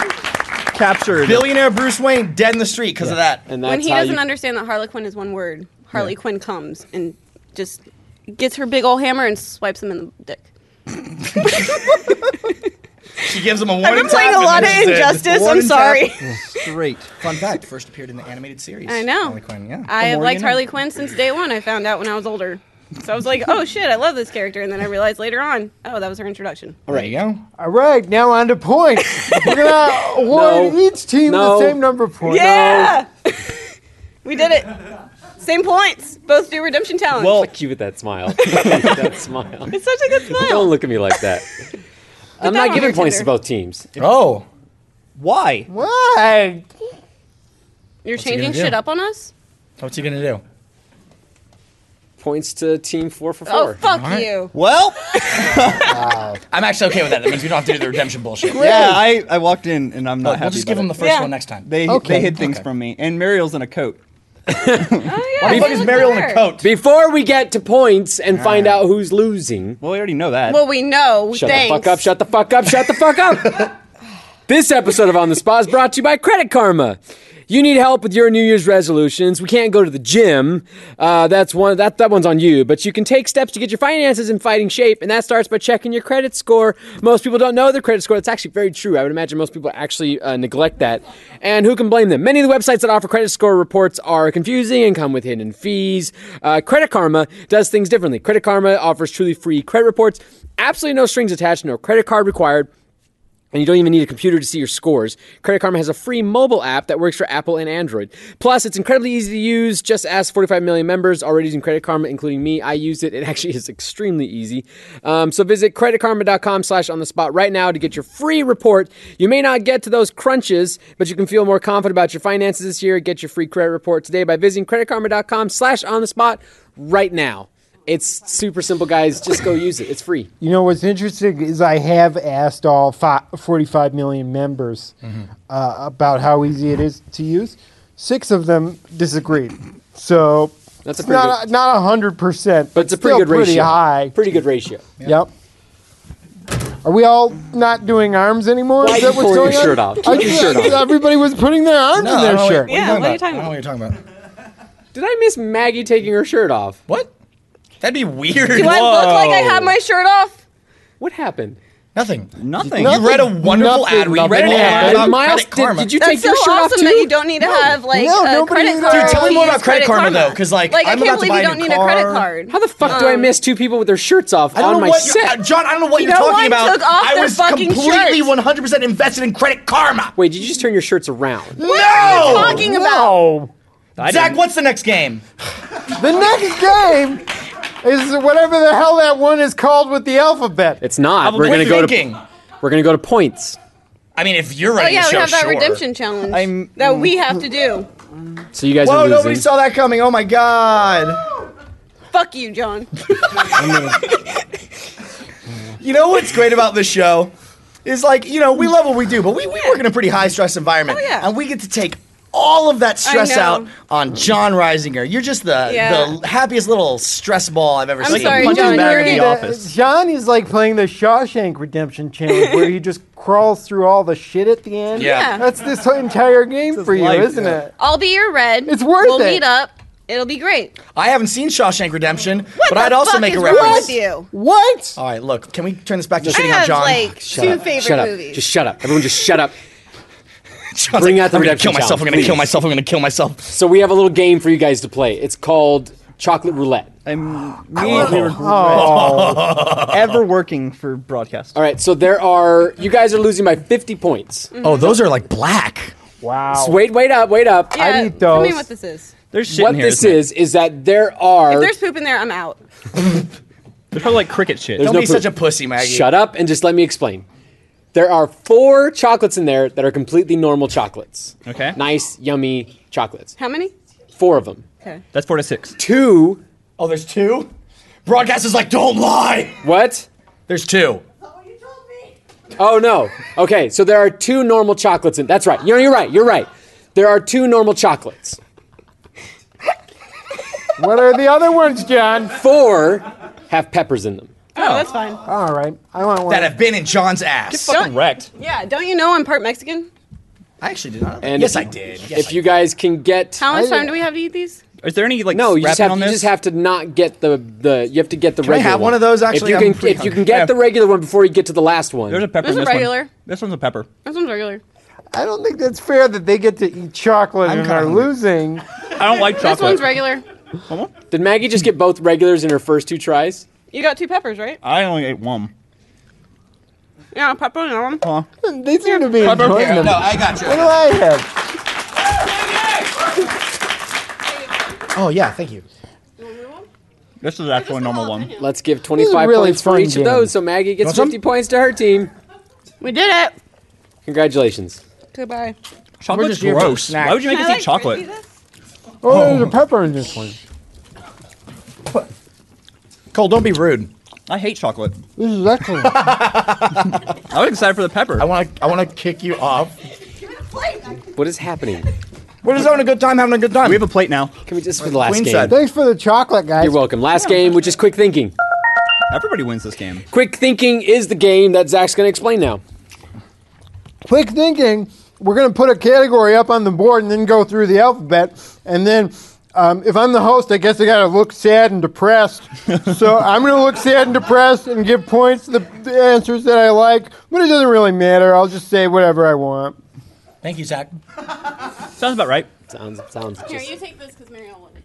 S4: captured.
S3: Billionaire Bruce Wayne dead in the street because of that.
S1: And that's
S5: when he
S1: how
S5: doesn't
S1: you-
S5: understand that Harlequin is one word, Harley Quinn comes and just gets her big old hammer and swipes him in the dick.
S3: She gives him a warning.
S5: I've been playing a
S3: tap and
S5: lot of
S3: then she's dead.
S5: injustice.
S3: Warning
S5: I'm
S3: tap.
S5: sorry.
S4: straight.
S3: Fun fact: *laughs* first appeared in the animated series.
S5: I know.
S3: Harley Quinn. Yeah.
S5: I
S4: The
S5: have
S4: more
S5: liked
S4: you know.
S5: Harley Quinn since day one. I found out when I was older. So I was like, oh shit, I love this character. And then I realized later on, oh, that was her introduction.
S3: There you go.
S2: all right. Now on to points. We're gonna
S1: *laughs*
S2: award
S1: No.
S2: each team
S1: No.
S2: the same number of points.
S5: Yeah! *laughs* we did it. Same points. Both do redemption challenge.
S1: Well, cute with that smile. that smile.
S5: it's such a good smile.
S1: Don't look at me like that. I'm
S5: that
S1: not
S5: on
S1: giving
S5: your
S1: points to
S5: Tinder.
S1: both teams.
S3: Oh,
S4: Why?
S2: Why?
S5: You're
S3: he
S5: changing
S3: gonna do?
S5: shit up on us?
S3: what's he gonna do?
S1: Points to team four for
S5: Oh,
S1: four.
S5: fuck
S3: Alright.
S5: you.
S4: Well,
S3: I'm actually okay with that. That means we don't have to do the redemption bullshit.
S4: yeah, I, I walked in and I'm not
S3: Oh, We'll
S4: happy.
S3: just give
S4: about
S3: him the
S4: it.
S3: first
S5: Yeah.
S3: one next time.
S4: They
S2: Okay.
S4: they hid things
S3: Okay.
S4: from me, and Mariel's in a coat.
S5: Oh, yeah.
S3: Why the
S5: you
S3: fuck is
S5: look
S3: Mariel in
S5: better.
S3: a coat?
S1: Before we get to points and find out who's losing,
S4: Well, we already know that.
S5: Well, we know.
S1: Shut
S5: Thanks.
S1: the fuck up, shut the fuck up, shut the fuck up. this episode of On the Spot is brought to you by Credit Karma. You need help with your New Year's resolutions. We can't go to the gym. Uh, that's one. That that one's on you. But you can take steps to get your finances in fighting shape, and that starts by checking your credit score. Most people don't know their credit score. That's actually very true. I would imagine most people actually uh, neglect that. And who can blame them? Many of the websites that offer credit score reports are confusing and come with hidden fees. Uh, credit Karma does things differently. Credit Karma offers truly free credit reports. Absolutely no strings attached. No credit card required and you don't even need a computer to see your scores. Credit Karma has a free mobile app that works for Apple and Android. Plus, it's incredibly easy to use. Just ask 45 million members already using Credit Karma, including me. I used it. *laughs* It actually is extremely easy. Um, so visit creditkarma.com slash on the spot right now to get your free report. You may not get to those crunches, but you can feel more confident about your finances this year. Get your free credit report today by visiting creditkarma.com slash on the spot right now. It's super simple, guys. Just go use it. It's free.
S2: You know what's interesting is I have asked all fi- 45 million members
S1: Mm-hmm.
S2: uh, about how easy it is to use. Six of them disagreed. So
S1: That's a
S2: it's
S1: pretty
S2: not
S1: good-
S2: a, not 100%, but,
S1: But it's a pretty
S2: still
S1: good ratio.
S2: pretty high.
S1: Pretty good ratio.
S2: Yep. Are we all not doing arms anymore?
S1: Why
S2: is
S1: are you
S2: that
S1: pulling
S2: what's going
S1: your
S2: on?
S1: shirt off? Keep
S2: I,
S1: your shirt off.
S2: Everybody was putting their arms in
S3: I
S2: their
S3: don't know
S2: shirt.
S5: Yeah, what are you talking
S3: I don't know what you're talking about.
S1: Did I miss Maggie taking her shirt off?
S3: What? That'd be weird.
S5: Do I look like I have my shirt off?
S1: What happened?
S3: Nothing.
S4: Nothing.
S3: You read a wonderful
S2: Nothing,
S3: ad. We
S2: nothing,
S3: read an
S2: nothing.
S3: ad
S1: And
S3: about
S1: Miles,
S3: Credit Karma.
S1: did, did you
S5: That's
S1: take
S5: so
S1: your shirt off
S5: awesome
S1: too?
S5: that you don't need to have like
S2: No,
S5: a
S2: nobody
S5: credit
S2: needs
S5: card.
S2: that. Dude,
S3: tell me
S5: You
S3: more
S5: use
S3: about Credit Karma, though, 'cause, like,
S5: like
S3: I'm
S5: I
S3: about
S5: can't
S3: to
S5: believe
S3: buy
S5: you
S3: a
S5: don't
S3: new
S5: need a credit
S3: car.
S5: card.
S1: How the fuck do I miss two people with their shirts off
S3: I don't
S1: on
S3: know
S1: my
S3: what,
S1: set?
S3: John, I don't know what
S5: You
S3: you're
S5: know
S3: talking
S5: what?
S3: about.
S5: Took off
S3: I
S5: their
S3: was
S5: fucking
S3: completely
S5: shirts.
S3: 100% invested in Credit Karma.
S1: Wait, did you just turn your shirts around?
S5: What are you
S3: No!
S5: talking about?
S3: Zach, what's the next game?
S2: The next game is whatever the hell that one is called with the alphabet.
S1: It's not.
S3: I'm
S1: We're gonna go
S3: thinking.
S1: to we're gonna go to points.
S3: I mean, if you're
S5: Oh
S3: running
S5: yeah,
S3: the
S5: we
S3: show,
S5: have that
S3: sure.
S5: redemption challenge
S4: I'm-
S5: that we have to do.
S1: So you guys
S4: Whoa,
S1: are losing.
S4: nobody saw that coming. Oh my god.
S5: Fuck you, John.
S3: You know what's great about this show is like you know we love what we do, but we, we work in a pretty high stress environment,
S5: Oh, yeah.
S3: and we get to take all of that stress
S5: know.
S3: out on John Reisinger. You're just the
S5: Yeah.
S3: the happiest little stress ball I've ever
S5: I'm
S3: seen.
S5: sorry,
S4: punching
S5: John.
S4: bag
S5: You're
S4: in the
S5: in-
S4: office.
S2: John is like playing the Shawshank Redemption challenge where he just *laughs* crawls through all the shit at the end.
S3: Yeah.
S2: That's this whole entire game for you,
S4: life,
S2: isn't
S4: yeah.
S2: it?
S5: I'll be your red.
S2: It's worth
S5: we'll
S2: it.
S5: meet up. It'll be great.
S3: I haven't seen Shawshank Redemption, but
S5: the
S3: I'd also
S5: fuck
S3: make a
S5: is wrong
S3: reference.
S5: with you?
S2: What?
S3: All right, look, can we turn this back to
S5: I
S3: shitting on
S5: have
S3: John? *laughs*
S5: like two favorite
S1: Shut up.
S5: movies.
S1: Just shut up. Everyone just shut up.
S3: John's
S1: bring
S3: like,
S1: out the
S3: I'm gonna
S1: redemption
S3: kill myself. I'm
S1: challenge,
S3: gonna kill
S1: please."
S3: myself. I'm gonna kill myself.
S1: So we have a little game for you guys to play. It's called Chocolate Roulette.
S4: I'm me and you were
S2: Oh,
S4: ever working for broadcast.
S1: All right, so there are you guys are losing by 50 points.
S5: Mm.
S3: Oh, those are like black.
S1: So
S2: Wow.
S1: wait, wait up, wait up.
S5: Yeah,
S2: need
S5: Tell me
S2: those.
S5: what this is.
S4: There's shit
S1: what
S4: in here.
S1: this
S4: isn't it?
S1: is is that there are
S5: If there's poop in there, I'm out.
S4: There's probably like cricket shit.
S1: There's
S3: Don't
S1: no
S3: be
S1: proof.
S3: such a pussy, Maggie.
S1: Shut up and just let me explain. There are four chocolates in there that are completely normal chocolates.
S4: Okay.
S1: Nice, yummy chocolates.
S5: How many?
S1: Four of them.
S5: Okay.
S4: That's four to six.
S1: Two.
S3: Oh, there's two. Broadcast is like, don't lie.
S1: What?
S3: There's two.
S1: Oh no. Okay, so there are two normal chocolates in. That's right. You're, you're right. You're right. There are two normal chocolates.
S2: What are the other ones, John?
S1: Four have peppers in them.
S5: Oh, that's fine.
S2: All right. I want one.
S3: that have been in John's ass.
S5: fucking
S4: wrecked.
S5: Yeah, don't you know I'm part Mexican?
S3: I actually did not.
S1: And
S3: yes,
S1: if
S3: I
S1: you-
S3: did. Yes,
S1: If
S3: I
S1: you
S3: did.
S1: guys can get
S5: How much
S2: I-
S5: time do we have to eat these?
S4: Is there any like
S1: No, you just
S4: wrapping
S1: have
S4: on
S1: you
S4: this?
S1: just have to not get the the you have to get the
S3: I
S1: regular.
S3: have one of those, actually?
S1: if
S3: I'm
S1: you can
S3: pretty
S1: if you can
S3: hungry.
S1: get
S3: Yeah.
S1: the regular one before you get to the last one.
S4: There's a pepper.
S5: There's
S4: in
S5: a
S4: this
S5: regular.
S4: One. This one's a pepper.
S5: This one's regular.
S2: I don't think that's fair that they get to eat chocolate
S3: I'm
S2: and
S3: kinda
S2: are
S3: hungry.
S2: losing. *laughs*
S4: I don't like chocolate.
S5: *laughs* This one's regular.
S1: Did Maggie just get both regulars in her first two tries?
S5: You got two peppers, right?
S4: I only ate one.
S5: Yeah, pepper and one.
S4: Huh?
S2: They seem to be enjoying them.
S3: no, I got
S2: What do
S3: you.
S2: I have?
S3: Oh yeah, thank you.
S4: This is actually a normal one.
S1: Let's give 25
S2: really
S1: points for
S2: fun
S1: each
S2: game.
S1: of those. So Maggie gets
S3: Want some?
S1: 50 points to her team.
S5: We did it.
S1: Congratulations.
S5: Goodbye.
S4: Chocolate's
S3: here for
S4: gross.
S3: snacks.
S4: Why would you make
S5: Can
S4: us
S5: I,
S4: eat
S5: like,
S4: chocolate?
S5: frizzy this?
S2: Oh, there's a pepper in this one.
S3: Cole, don't be rude.
S4: I hate chocolate.
S2: This is excellent.
S4: I was excited for the pepper.
S3: I want to. I want to kick you off.
S1: What is happening?
S3: We're just having a good time. Having a good time.
S4: we have a plate now.
S1: Can we just for the last
S3: Queen
S1: game?
S3: said.
S2: Thanks for the chocolate, guys.
S1: You're welcome. Last game, which is quick thinking.
S4: Everybody wins this game.
S1: Quick thinking is the game that Zach's going to explain now.
S2: quick thinking we're going to put a category up on the board and then go through the alphabet and then um, if i'm the host i guess i got to look sad and depressed so i'm going to look sad and depressed and give points to the, the answers that i like but it doesn't really matter i'll just say whatever i want
S3: Thank you, Zach.
S4: Sounds about right.
S1: Sounds sounds
S5: Here,
S1: just
S5: you take this because Mariel won it.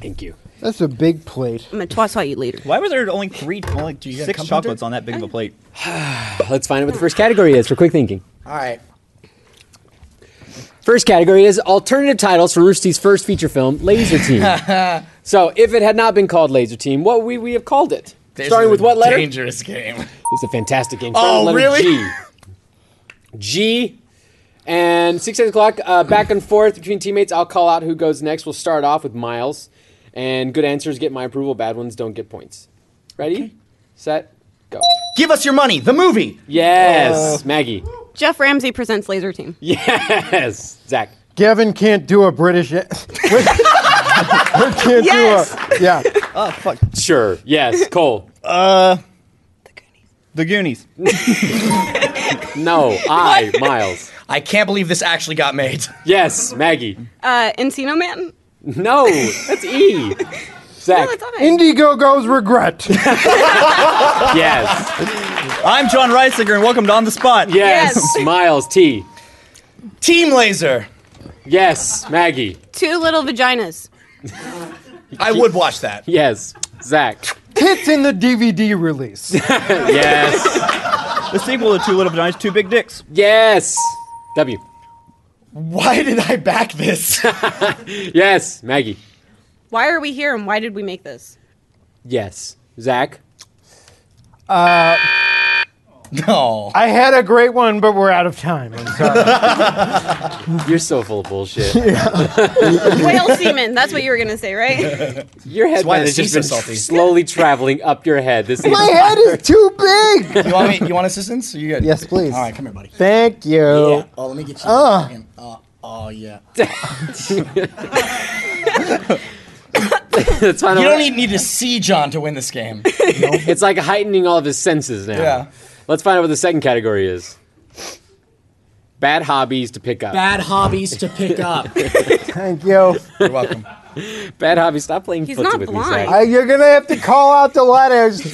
S1: thank you.
S2: that's a big plate
S5: I'm gonna toss all you later.
S4: Why was there only three, only
S3: you get a
S4: six
S3: cup
S4: chocolates on that big of a plate?
S1: Let's find out what the first category is for quick thinking.
S3: All right.
S1: First category is alternative titles for Roosty's first feature film, Laser
S3: *laughs*
S1: Team. so, if it had not been called Laser Team, what we we have called it?
S3: This
S1: Starting
S3: is
S1: with
S3: a
S1: what letter?
S3: Dangerous game.
S1: It's a fantastic game.
S3: Oh,
S1: Starting with letter
S3: really?
S1: G. G. And six eight o'clock, uh, back and forth between teammates. I'll call out who goes next. We'll start off with Miles, and good answers get my approval. Bad ones don't get points. Ready, set, go.
S3: Give us your money. The movie. Oh.
S1: Yes, Maggie. *laughs*
S5: Jeff Ramsey presents Laser Team.
S1: Yes, Zach.
S2: gavin can't do a british a- *laughs* Wait. can't
S5: Yes!
S2: do a yeah
S4: Oh fuck.
S1: Sure. Yes, Cole.
S4: The Goonies.
S1: No,
S3: *laughs*
S1: I, Miles.
S3: I can't believe this actually got made.
S1: Yes, Maggie.
S5: Uh, Encino Man. Oh,
S1: No, that's E. Zach.
S5: No, it's all
S3: *laughs*
S5: right.
S2: indiegogo's regret
S1: yes.
S4: I'm John Reisinger, and welcome to On the Spot.
S1: Yes.
S5: Yes.
S1: Miles T.
S3: *laughs* Team Laser.
S1: Yes. Maggie.
S5: Two little vaginas.
S3: I would watch that.
S1: Yes. Zach.
S2: Tits in the DVD release.
S1: Yes.
S4: The sequel to Two Little Vaginas, Two Big Dicks.
S1: yes. W.
S3: Why did I back *laughs* this?
S1: Yes. Maggie.
S5: Why are we here and why did we
S3: *laughs*
S5: make this?
S1: Yes. Zach.
S3: no.
S2: I had a great one, but we're out of time. I'm sorry.
S1: You're so full of bullshit.
S3: *laughs*
S5: Whale semen. That's what you were gonna say,
S3: *laughs*
S5: right?
S1: Your head
S3: why the
S1: has just been
S3: sea's so salty.
S1: slowly traveling up your head.
S3: *laughs*
S1: This is
S2: My
S1: *laughs*
S2: head is too big.
S3: You want me? You want assistance? You good?
S2: Yes, please.
S3: All right, come here,
S2: *laughs*
S3: buddy.
S2: Thank you.
S3: Yeah. Oh, let me get you. Oh. Oh, yeah.
S1: it's, kind
S3: You
S1: of
S3: don't
S1: like-
S3: need, need to see John to win this game.
S1: it's like heightening all of his senses now.
S3: *laughs* Yeah.
S1: Let's find out what the second category is. Bad hobbies to pick up. Bad,
S6: Bad hobbies to pick up.
S2: Thank you.
S3: *laughs* You're welcome.
S1: hobbies. Stop playing
S5: He's
S1: footsie
S5: not
S1: with me, Zach.
S5: blind.
S2: Uh, you're gonna have to call out the letters.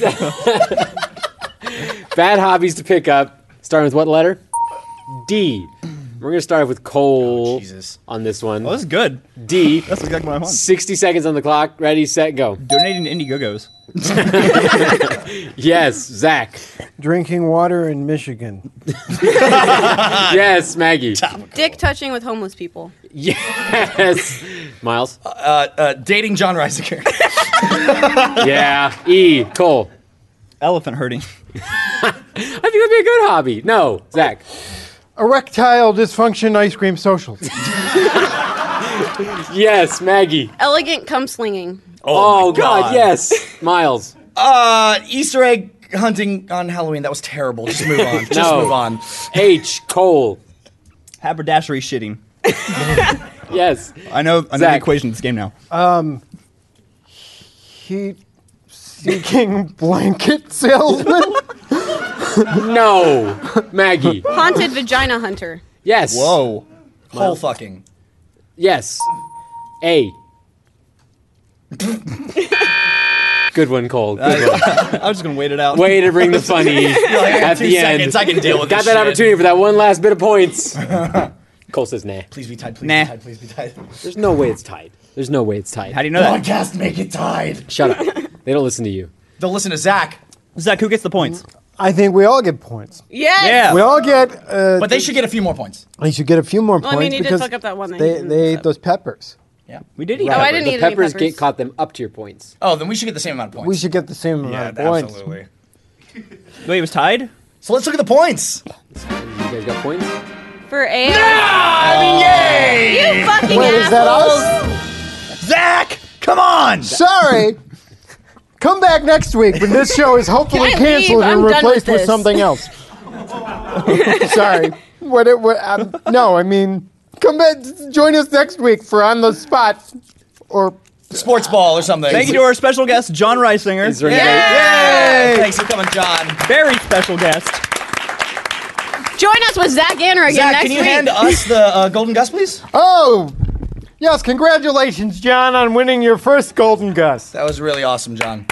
S1: Bad hobbies to pick up. Starting with what letter? D. We're gonna start with Cole
S3: Oh, Jesus.
S1: on this one.
S4: Oh, this is good.
S1: D.
S4: That's exactly what I want.
S1: Sixty seconds on the clock. Ready, set, go.
S4: Donating to Indiegogos.
S1: Yes, Zach.
S2: *laughs* Drinking water in Michigan.
S1: Yes, Maggie.
S5: Dick touching with homeless people.
S1: Yes, Miles.
S3: Uh, uh, dating John Reisinger.
S1: Yeah. E. Cole.
S4: Elephant herding.
S1: I think that'd be a good hobby. No, Zach.
S2: Erectile dysfunction ice cream social.
S1: Yes, Maggie.
S5: Elegant cum slinging.
S1: Oh, God. yes. Miles.
S3: Uh, Easter egg hunting on Halloween. That was terrible. Just move on. Just
S1: No.
S3: move on.
S1: H. Cole.
S4: Haberdashery shitting.
S1: Yes.
S4: I know, I know the
S1: Zach.
S4: equation of this game now.
S2: Um, Heat seeking blanket salesman.
S1: No. Maggie.
S5: Haunted vagina hunter.
S1: Yes.
S3: Whoa. Whole fucking.
S1: Yes. A. Good one, Cole. Good one.
S4: I was just going to wait it out.
S1: Way to bring the
S3: *laughs*
S1: funny at
S3: two
S1: the end.
S3: seconds. I can deal with
S1: Got
S3: this
S1: that
S3: shit.
S1: opportunity for that one last bit of points. Cole says, nah.
S3: Please be tied. Please
S4: Nah.
S3: be tied. Please be tied.
S1: There's no way it's tied. There's no way it's tied.
S4: How do you know that?
S3: Podcast, make it tied.
S1: Shut up. They don't listen to you.
S3: They'll listen to Zach,
S4: *laughs* Zach, who gets the points?
S2: I think we all get points.
S5: Yes.
S4: Yeah.
S2: We all get. Uh,
S3: but they should get a few more points.
S2: they should get a few more
S5: Well, I
S2: points
S5: mean, you did
S2: because
S5: fuck up that one that you
S2: they
S5: didn't
S2: they
S5: mess
S2: ate
S5: up.
S2: those peppers.
S3: Yeah.
S4: We did eat
S5: Oh, I
S4: peppers.
S5: didn't eat
S1: the
S5: any
S1: peppers,
S5: peppers.
S1: get caught them up to your points.
S3: Oh, then we should get the same amount of points.
S2: We should get the same
S3: Yeah,
S2: amount of points.
S3: absolutely.
S4: Wait, it was tied?
S3: So let's look at the points.
S1: You guys got points?
S5: For A. You fucking
S2: Wait, is that
S5: assholes.
S2: us?
S4: Zach! Come on!
S2: Sorry. Come back next week when this show is hopefully
S5: Can I leave?
S2: canceled
S5: I'm
S2: and
S5: done
S2: replaced
S5: with
S2: with
S5: this.
S2: something else. *laughs* Sorry. What it what um, no, I mean come back join us next week for on the spot or
S3: Sports ball or something.
S4: Thank you to our special guest, John Reisinger.
S1: Is there
S5: Yeah.
S1: anybody-
S3: Thanks for coming, John.
S4: Very special guest.
S5: Join us with Zach Ganner again
S3: Zach,
S5: next
S3: can you
S5: week.
S3: hand us the uh, golden gus, please?
S2: Oh Yes, congratulations, John, on winning your first Golden Gus.
S3: That was really awesome, John.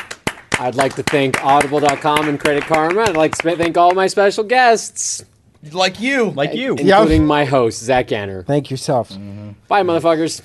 S1: I'd like to thank Audible.com and Credit Karma. I'd like to sp- thank all my special guests,
S3: Like you.
S4: Like you.
S2: Yeah.
S1: including my host, Zach Anner.
S2: Thank yourself.
S1: Bye, motherfuckers.